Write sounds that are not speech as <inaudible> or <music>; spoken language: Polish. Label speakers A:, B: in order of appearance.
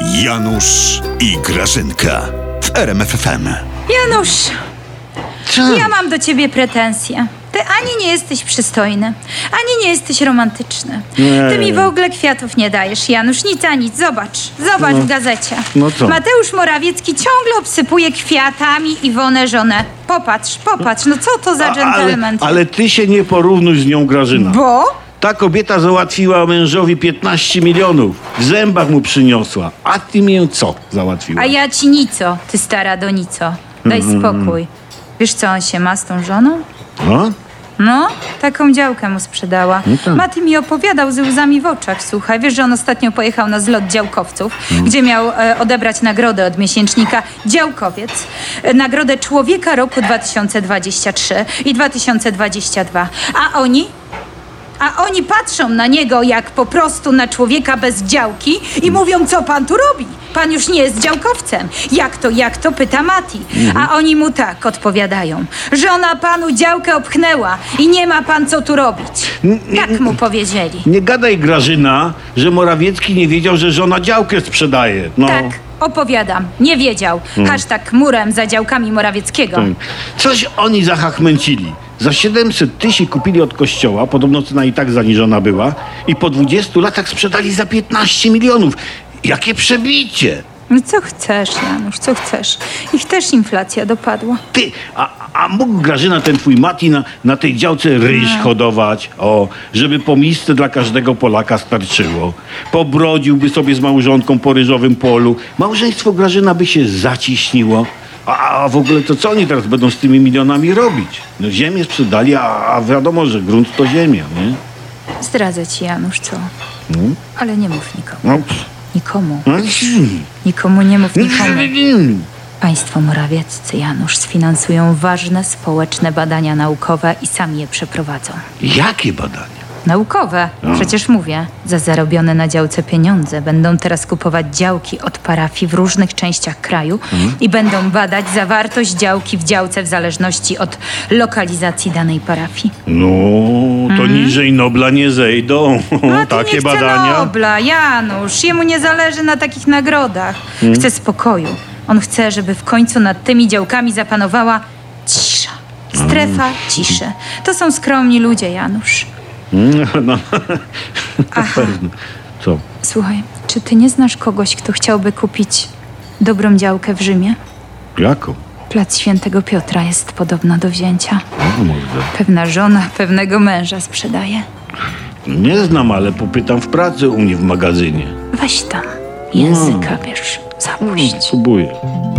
A: Janusz i Grażynka w RMFFM.
B: Janusz,
C: Co?
B: ja mam do ciebie pretensje. Ty ani nie jesteś przystojny, ani nie jesteś romantyczny. Ty mi w ogóle kwiatów nie dajesz, Janusz, nic a nic. Zobacz, zobacz w gazecie.
C: No co?
B: Mateusz Morawiecki ciągle obsypuje kwiatami Iwonę żonę. Popatrz, popatrz, no co to za
C: ale,
B: dżentelmen?
C: ale ty się nie porównuj z nią, Grażyna.
B: Bo?
C: Ta kobieta załatwiła mężowi 15 milionów. W zębach mu przyniosła. A ty mię co załatwiła?
B: A ja ci nico, ty stara do nico. Daj spokój. Wiesz co on się ma z tą żoną?
C: No?
B: No, taką działkę mu sprzedała.
C: tak.
B: Maty mi opowiadał z łzami w oczach, słuchaj. Wiesz, że on ostatnio pojechał na zlot działkowców, gdzie miał e, odebrać nagrodę od miesięcznika Działkowiec. E, nagrodę Człowieka Roku 2023 i 2022. A oni? A oni patrzą na niego jak po prostu na człowieka bez działki i mówią, co pan tu robi? Pan już nie jest działkowcem. Jak to, jak to? Pyta Mati. A oni mu tak odpowiadają. Żona panu działkę obchnęła i nie ma pan co tu robić. Tak mu powiedzieli.
C: Nie gadaj, Grażyna, że Morawiecki nie wiedział, że żona działkę sprzedaje. No.
B: Tak, opowiadam. Nie wiedział. Hashtag murem za działkami Morawieckiego.
C: Tak. Coś oni zahachmęcili. Za 700 tysięcy kupili od kościoła, podobno cena i tak zaniżona była, i po 20 latach sprzedali za 15 milionów. Jakie przebicie!
B: No co chcesz, Janusz, co chcesz? Ich też inflacja dopadła.
C: Ty, a, a mógł Grażyna ten twój Mati na, na tej działce ryż
B: No.
C: hodować, o, żeby po miejsce dla każdego Polaka starczyło. Pobrodziłby sobie z małżonką po ryżowym polu. Małżeństwo Grażyna by się zaciśniło. A, a w ogóle to co oni teraz będą z tymi milionami robić? No ziemię sprzedali, a, a wiadomo, że grunt to ziemia, nie?
B: Zdradzę ci, Janusz, co? Ale nie mów nikomu.
C: No,
B: Nikomu.
C: no,
B: Nikomu nie mów nikomu. Państwo Morawieccy, Janusz, sfinansują ważne społeczne badania naukowe i sami je przeprowadzą.
C: Jakie badania?
B: Naukowe, przecież mówię. Za zarobione na działce pieniądze będą teraz kupować działki od parafii w różnych częściach kraju i będą badać zawartość działki w działce w zależności od lokalizacji danej parafii.
C: No, to niżej Nobla nie zejdą.
B: Mhm. No, to
C: <laughs> Takie
B: nie chce
C: badania.
B: Nobla, Janusz, jemu nie zależy na takich nagrodach.
C: Hmm.
B: Chce spokoju. On chce, żeby w końcu nad tymi działkami zapanowała cisza. Strefa
C: Hmm.
B: ciszy. To są skromni ludzie, Janusz.
C: No, no. Na pewno. Co?
B: Słuchaj, czy ty nie znasz kogoś, kto chciałby kupić dobrą działkę w Rzymie?
C: Jaką?
B: Plac Świętego Piotra jest podobno do wzięcia.
C: No, może.
B: Pewna żona pewnego męża sprzedaje.
C: Nie znam, ale popytam w pracy u mnie w magazynie.
B: Weź tam. Języka, wiesz, zapuść.
C: Spróbuję.